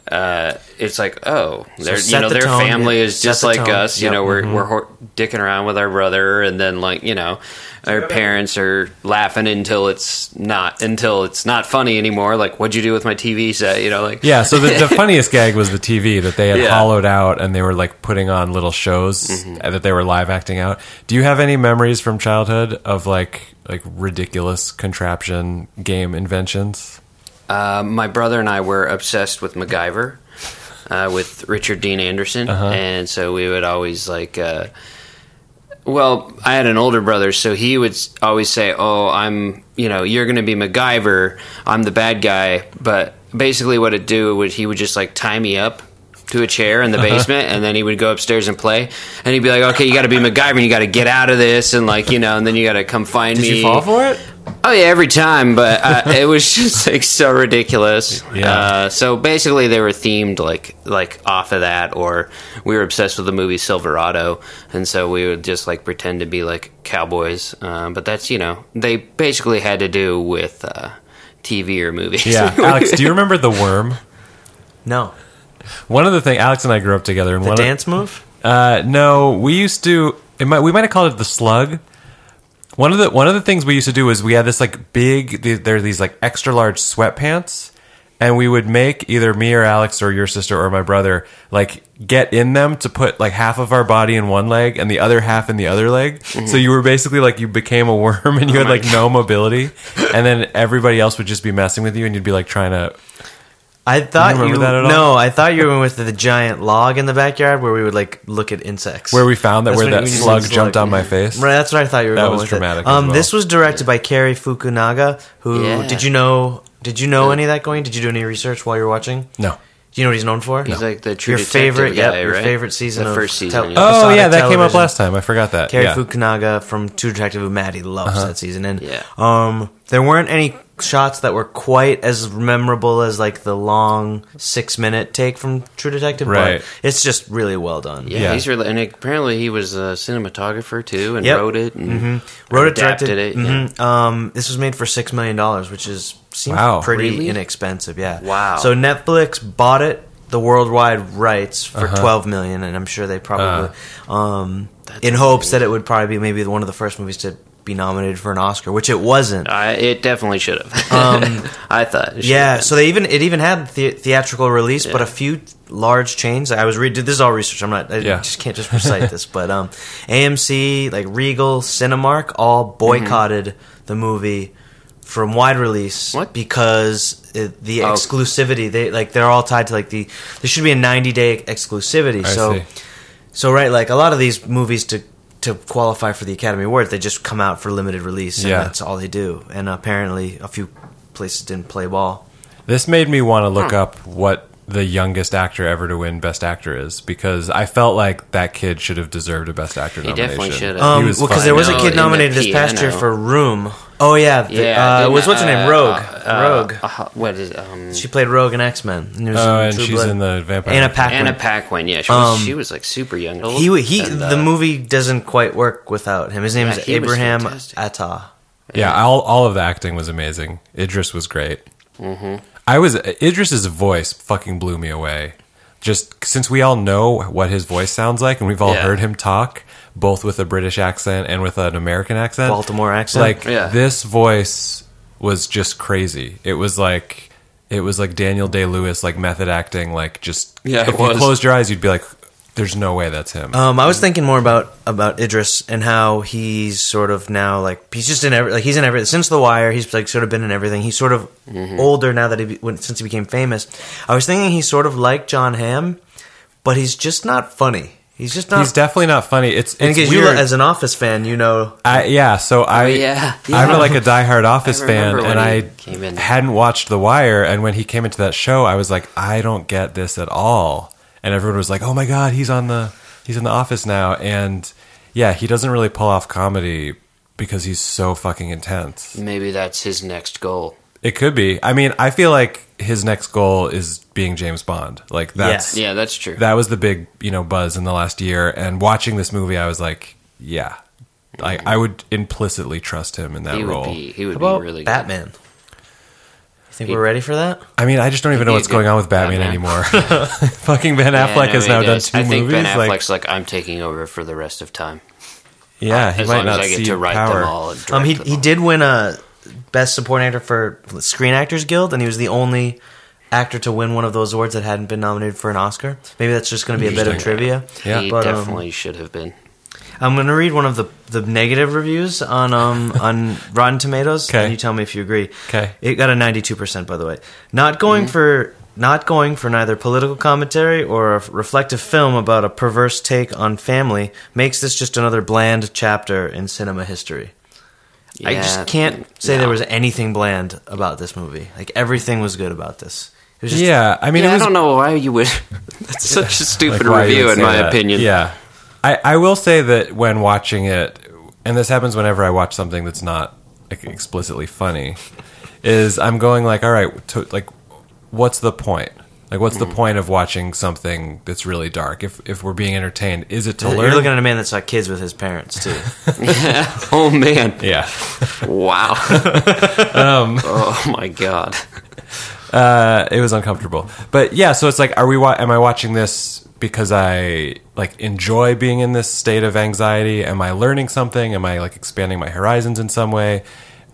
S3: Uh, it's like oh, their you
S1: set
S3: know
S1: the
S3: their
S1: tone,
S3: family
S1: yeah.
S3: is
S1: Set
S3: just
S1: the
S3: like
S1: tone.
S3: us. You
S1: Yep. Mm-hmm.
S3: know we're we're hor- dicking around with our brother, and then like you know our parents are laughing until it's not until it's not funny anymore. Like what'd you do with my TV set? You know like
S2: yeah, so the, the funniest gag was the TV that they had
S3: Yeah.
S2: hollowed out and they were like putting on little shows that they were live acting out. Do you have any memories from childhood of like like ridiculous contraption game inventions?
S3: Uh, my brother and I were obsessed with MacGyver, uh, with Richard Dean Anderson,
S1: Uh-huh.
S3: and so we would always like. Uh, well, I had an older brother, so he would s- always say, "Oh, I'm, you know, you're going to be MacGyver. I'm the bad guy." But basically, what it do would he would just like tie me up to a chair in the
S1: Uh-huh.
S3: basement, and then he would go upstairs and play, and he'd be like, "Okay, you got to be MacGyver, and you got to get out of this, and like, you know, and then you got to come find me."
S1: Did you fall for it?
S3: Oh yeah, every time, but uh, it was just like so ridiculous.
S2: Yeah.
S3: Uh, so basically, they were themed like like off of that, or we were obsessed with the movie Silverado, and so we would just like pretend to be like cowboys. Um, but that's you know they basically had to do with uh, TV or movies.
S2: Yeah. Alex, do you remember the worm?
S1: No,
S2: One of the thing Alex and I grew up together and
S1: the
S2: one of-
S1: dance move.
S2: Uh, no, we used to. It might, we might have called it the slug. One of the one of the things we used to do is we had this like big. the- There are these like extra large sweatpants, and we would make either me or Alex or your sister or my brother like get in them to put like half of our body in one leg and the other half in the other leg.
S1: Mm-hmm.
S2: So you were basically like you became a worm
S1: Oh
S2: and you had like no mobility, and then everybody else would just be messing with you and you'd be like trying to.
S1: I thought
S2: You
S1: you,
S2: remember that at all?
S1: no, I thought you were with the giant log in the backyard where we would like look at insects.
S2: Where we found that
S1: That's
S2: where
S1: when
S2: that
S1: you said
S2: slug
S1: slug.
S2: jumped on my face.
S1: Right, that's what I thought you were.
S2: That
S1: going
S2: was
S1: with it.
S2: dramatic as
S1: Um,
S2: well.
S1: This was directed by Kerry Fukunaga. Who
S3: Yeah.
S1: did you know? Did you know any of that going? Did you do any research while you were watching?
S2: No.
S1: Do you know what he's known for?
S3: He's like the true
S1: your
S3: detective
S1: favorite, yep,
S3: guy,
S1: your
S3: right?
S1: favorite season,
S3: The
S1: of
S3: first season,
S1: tel-
S3: yeah.
S2: Oh
S1: episodic
S2: yeah, that came up
S1: television.
S2: last time. I forgot that.
S1: Carrie
S2: yeah. Uh-huh.
S1: Fukunaga from Two Detective Who Maddie loves that season, and
S3: Yeah.
S1: um, there weren't any shots that were quite as memorable as like the long six minute take from True Detective.
S2: Right.
S1: but it's just really well done.
S3: Yeah,
S2: Yeah.
S3: he's really, and apparently he was a cinematographer too, and
S1: Yep. Mm-hmm.
S3: wrote it, and
S1: wrote it,
S3: adapted
S1: directed
S3: it. yeah.
S1: mhm. Um, this was made for six million dollars, which is seems
S2: Wow.
S1: pretty
S3: Really?
S1: inexpensive. Yeah.
S3: Wow.
S1: So Netflix bought it, the worldwide rights for
S2: Uh-huh.
S1: twelve million, and I'm sure they probably,
S2: Uh.
S1: um, in hopes that it would probably be maybe one of the first movies to be nominated for an Oscar, which it wasn't.
S3: I, it definitely should have. I thought. it should
S1: Um, Yeah,
S3: have
S1: so they even it even had the- theatrical release, but
S3: Yeah.
S1: a few large chains. I was reading this is all research. I'm not. I
S2: Yeah.
S1: just can't just recite this, but um, AMC, like Regal, Cinemark, all
S2: Mm-hmm.
S1: boycotted the movie from wide release
S3: What?
S1: because it, the
S3: Oh.
S1: exclusivity. They like they're all tied to like the there should be a 90 day exclusivity.
S2: I
S1: so
S2: see.
S1: so right, like a lot of these movies to to qualify for the Academy Awards, they just come out for limited release, and
S2: Yeah.
S1: that's all they do. And apparently, a few places didn't play ball.
S2: This made me want to look
S3: Hmm.
S2: up what the youngest actor ever to win Best Actor is because I felt like that kid should have deserved a Best Actor
S3: He
S2: nomination.
S3: definitely should have.
S2: He
S1: Um,
S2: was
S1: well, because
S2: fine.
S1: there was
S3: No,
S1: a
S3: in
S1: kid
S3: the
S1: nominated this past year
S3: piano.
S1: for Room. Oh yeah, the,
S3: Yeah,
S1: uh,
S3: didn't,
S1: it was what's her name?
S3: uh,
S1: Rogue.
S3: uh,
S1: Rogue.
S3: uh, what is it? Um,
S1: she played Rogue in X Men.
S2: Oh, and she's in the Vampire.
S1: Anna Paquin.
S3: Anna Paquin. Yeah, she was,
S1: Um,
S3: she was like super young.
S1: he he.
S3: And, uh,
S1: the movie doesn't quite work without him. His name
S3: Yeah,
S1: is
S3: he was
S1: Abraham
S3: fantastic.
S1: Atta.
S2: yeah, all all of the acting was amazing. Idris was great. Mm-hmm. I was Idris's voice fucking blew me away. Just since we all know what his voice sounds like, and we've all
S3: Yeah.
S2: heard him talk, both with a British accent and with an American accent,
S1: Baltimore accent.
S2: Like
S3: Yeah.
S2: this voice was just crazy. It was like it was like Daniel Day Lewis, like method acting, like just
S3: Yeah, it
S2: If
S3: was.
S2: you closed your eyes, you'd be like, "There's no way that's him."
S1: Um, I was thinking more about about Idris and how he's sort of now like he's just in every like he's in every since The Wire he's like sort of been in everything. He's sort of older now that he be- when, since he became famous. I was thinking he's sort of like John Hamm, but he's just not funny. He's just not.
S2: He's definitely not funny. It's
S1: and
S2: it's
S1: because
S2: weird.
S1: you as an Office fan, you know
S2: I, yeah, so I
S3: Oh. yeah. Yeah.
S2: I'm like a diehard Office
S3: I
S2: fan,
S3: remember when
S2: and
S3: he
S2: I
S3: came in.
S2: hadn't watched The Wire. And when he came into that show, I was like, I don't get this at all. And everyone was like, Oh my god, he's on the he's in the Office now. And yeah, he doesn't really pull off comedy because he's so fucking intense.
S3: maybe that's his next goal.
S2: It could be. I mean, I feel like his next goal is being James Bond. Like that's
S1: Yeah.
S3: Yeah, that's true.
S2: that was the big you know buzz in the last year. And watching this movie, I was like, yeah, I I would implicitly trust him in that
S3: he would
S2: role.
S3: be. He would
S1: about
S3: be really good.
S1: Batman. You think we're ready for that?
S2: I mean, I just don't even know
S3: be a
S2: what's
S3: good
S2: going on with Batman,
S3: Batman.
S2: anymore. Fucking Ben
S3: Yeah,
S2: Affleck
S3: no,
S2: has
S3: he
S2: now done
S3: does.
S2: two
S3: I think
S2: movies.
S3: Ben
S2: like,
S3: Affleck's like, I'm taking over for the rest of time.
S2: yeah, he
S3: as
S2: might
S3: long
S2: not
S3: as I
S2: see
S3: get to write
S2: power.
S3: them all. And direct
S1: Um, he
S3: them
S1: he
S3: all.
S1: did win a best supporting actor for Screen Actors Guild, and he was the only actor to win one of those awards that hadn't been nominated for an Oscar. Maybe that's just going to be a bit of
S2: Interesting.
S1: trivia.
S2: Yeah.
S3: he
S1: but, um,
S3: definitely should have been.
S1: I'm going to read one of the the negative reviews on um on Rotten Tomatoes,
S2: Okay.
S1: and you tell me if you agree.
S2: 'Kay.
S1: it got a 92 percent by the way. Not going
S2: Mm.
S1: for. Not going for neither political commentary or a reflective film about a perverse take on family makes this just another bland chapter in cinema history. I
S3: Yeah,
S1: just can't say
S3: no.
S1: there was anything bland about this movie. Like everything was good about this. It was just,
S2: Yeah, I mean,
S3: Yeah,
S2: it
S3: I
S2: was
S3: don't know why you would. That's such a
S2: like,
S3: stupid
S2: why you
S3: review,
S2: would
S3: in
S2: say
S3: my
S2: that.
S3: opinion.
S2: Yeah, I I will say that when watching it, and this happens whenever I watch something that's not like, explicitly funny, is I'm going like, all right, to, like, what's the point? Like, what's
S3: Mm-hmm.
S2: the point of watching something that's really dark? If if we're being entertained, is it to
S1: You're
S2: learn?
S1: looking at a man that saw kids with his parents too.
S3: Oh man!
S2: yeah.
S3: Wow.
S2: Um,
S3: oh my god.
S2: uh, it was uncomfortable. But yeah, so it's like, are we? Wa- am I watching this because I like enjoy being in this state of anxiety? Am I learning something? Am I like expanding my horizons in some way?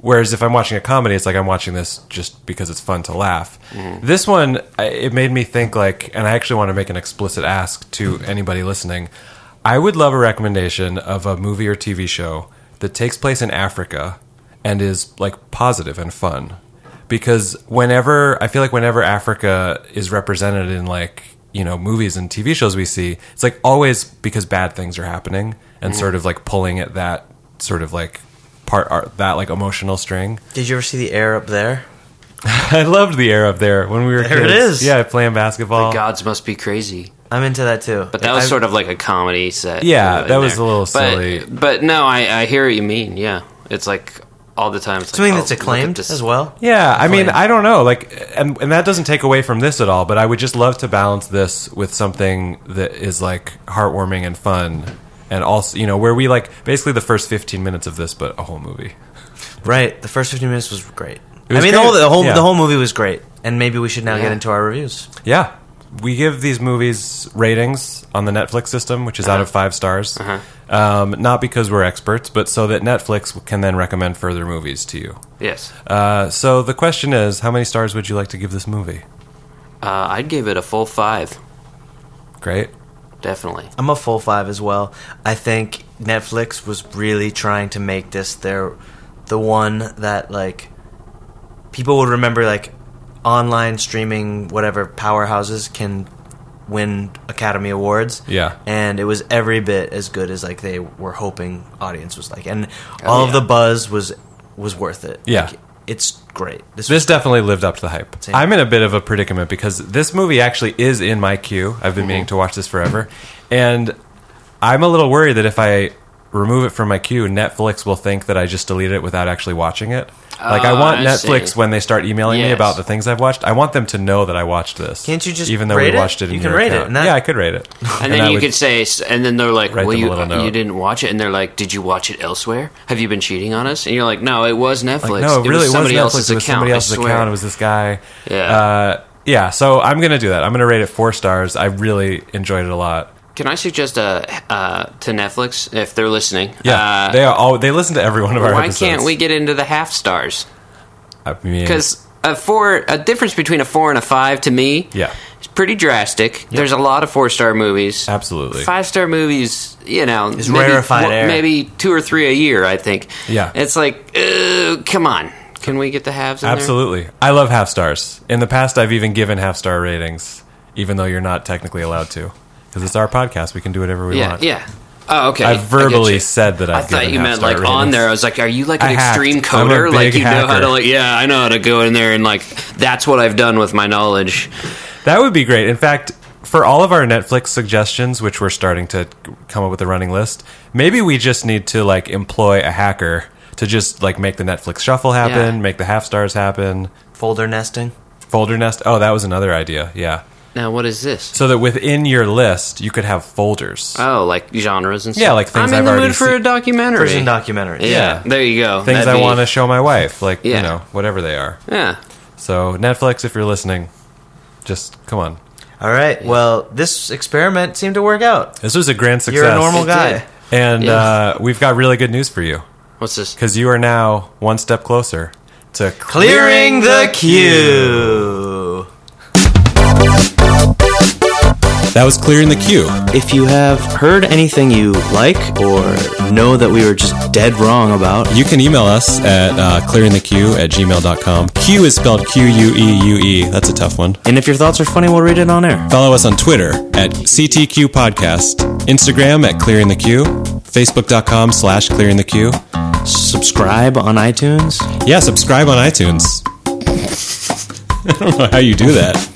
S2: Whereas if I'm watching a comedy, it's like I'm watching this just because it's fun to laugh. This one, I- it made me think like, and I actually want to make an explicit ask to anybody listening. I would love a recommendation of a movie or TV show that takes place in Africa and is like positive and fun. Because whenever I feel like whenever Africa is represented in like, you know, movies and TV shows we see, it's like always because bad things are happening and sort of like pulling at that sort of like part art that like emotional string.
S1: Did you ever see the air up there?
S2: I loved the air up there when we were
S1: There it
S2: kids.
S1: is.
S2: Yeah, playing basketball.
S3: The gods must be crazy.
S1: I'm into that too.
S3: But that was sort of like a comedy set.
S2: Yeah,
S3: in
S2: that was a little
S3: But-
S2: silly.
S3: But, no, I, I hear what you mean. Yeah, it's like all the time. It's like,
S1: something
S3: oh,
S1: that's
S3: look at
S1: acclaimed
S3: this.
S1: as well.
S2: Yeah, I mean,
S1: Flame.
S2: I don't know, like, and and that doesn't take away from this at all. But I would just love to balance this with something that is like heartwarming and fun, and also, you know, where we like basically the first fifteen minutes of this, but a whole movie.
S1: Right. The first 15 minutes was great.
S2: It was
S1: I mean, The,
S2: great.
S1: whole, the whole
S2: Yeah.
S1: the whole movie was great, and maybe we should now
S3: Yeah.
S1: get into our reviews.
S2: Yeah, we give these movies ratings on the Netflix system, which is out of five stars. Um, not because we're experts, but so that Netflix can then recommend further movies to you.
S3: Yes, uh,
S2: Uh, so the question is, how many stars would you like to give this movie?
S3: I'd give it a full five,
S2: Great.
S3: definitely.
S1: I'm a full five as well. I think Netflix was really trying to make this their the one that like people would remember like online streaming whatever powerhouses can win Academy Awards.
S2: Yeah.
S1: And it was every bit as good as like they were hoping audience was like. And all of
S3: Oh, yeah.
S1: the buzz was was worth it.
S2: Yeah.
S1: Like, it's great. This,
S2: This definitely lived up to the hype.
S1: Same.
S2: I'm in a bit of a predicament because this movie actually is in my queue. I've
S1: Mm-hmm.
S2: been meaning to watch this forever. And I'm a little worried that if I remove it from my queue, Netflix will think that I just deleted it without actually watching it. Like I
S3: Ah,
S2: want
S3: I
S2: Netflix
S3: see.
S2: when they start emailing me
S3: Yes.
S2: about the things I've watched, I want them to know that I watched this.
S1: Can't you just
S2: even though
S1: rate
S2: we
S1: it?
S2: watched it? in
S1: You can
S2: your
S1: rate it,
S2: account.
S1: and that-
S2: yeah, I could rate it.
S3: And then
S2: I
S3: you
S2: would-
S3: could say, s- and then they're like,
S2: Write
S3: "Well,
S2: them a
S3: you
S2: little note.
S3: you didn't watch it," and they're like, "Did you watch it elsewhere? Have you been cheating on us?" And you're like, "No, it was Netflix.
S2: Like, no, it really
S3: was
S2: was
S3: somebody
S2: Netflix.
S3: else's
S2: it was
S3: account.
S2: somebody else's
S3: I swear.
S2: account. It was this guy.
S3: Yeah.
S2: Uh, yeah. So I'm gonna do that. I'm gonna rate it four stars. I really enjoyed it a lot.
S3: Can I suggest uh, uh, to Netflix if they're listening?
S2: Yeah.
S3: uh,
S2: they are all. They listen to every one of our.
S3: why
S2: episodes.
S3: can't we get into the half stars?
S2: I mean,
S3: Because a four, a difference between a four and a five to me,
S2: Yeah.
S3: is pretty drastic. There's a lot of four star movies,
S2: Absolutely.
S3: Five star movies, you know, is
S1: rarefied air.
S3: maybe two or three a year. I think.
S2: Yeah.
S3: it's like, uh, come on, can we get the halves? In there?
S2: Absolutely. I love half stars. In the past, I've even given half star ratings, even though you're not technically allowed to, because it's our podcast. We can do whatever we
S3: Yeah,
S2: want.
S3: yeah. Oh, okay.
S2: I
S3: get
S2: verbally
S3: you.
S2: said that
S3: I
S2: I've
S3: thought
S2: given
S3: you meant
S2: half-star
S3: like on
S2: ratings.
S3: there. I was like, "Are you like an
S2: I hacked.
S3: extreme
S2: I'm a
S3: coder? Like
S2: big
S3: you know how
S2: hacker.
S3: to like? Yeah, I know how to go in there and like that's what I've done with my knowledge."
S2: That would be great. In fact, for all of our Netflix suggestions, which we're starting to come up with a running list, maybe we just need to like employ a hacker to just like make the Netflix shuffle happen,
S3: Yeah.
S2: make the half stars happen.
S1: folder nesting.
S2: Folder nest. Oh, that was another idea. Yeah.
S3: Now, what is this?
S2: So that within your list, you could have folders.
S3: Oh, like genres and stuff.
S2: Yeah, like things
S3: I'm
S2: I've
S3: in the
S2: already
S3: mood for
S2: seen.
S3: a documentary.
S1: Prison documentary.
S3: yeah, there you go.
S2: Things
S3: That'd
S2: I
S3: be-
S2: want to show my wife, like, you
S3: Yeah.
S2: know, whatever they are.
S3: Yeah,
S2: So, Netflix, if you're listening, just come on.
S1: All right. Well, this experiment seemed to work out.
S2: This was a grand success.
S1: You're a normal
S3: It
S1: guy.
S3: did.
S2: And
S3: Yeah.
S2: uh, we've got really good news for you.
S3: what's this?
S2: because you are now one step closer to
S1: Clearing the queue.
S2: That was clearing the queue.
S1: If you have heard anything you like or know that we were just dead wrong about,
S2: You can email us at uh, clearingthequeue at gmail.com. Q is spelled Q U E U E. That's a tough one.
S1: and if your thoughts are funny, we'll read it on air.
S2: Follow us on Twitter at CTQ Podcast, Instagram at Clearing the Queue, Facebook.com slash Clearing the Queue.
S1: Subscribe on iTunes.
S2: Yeah, subscribe on iTunes. I don't know how you do that.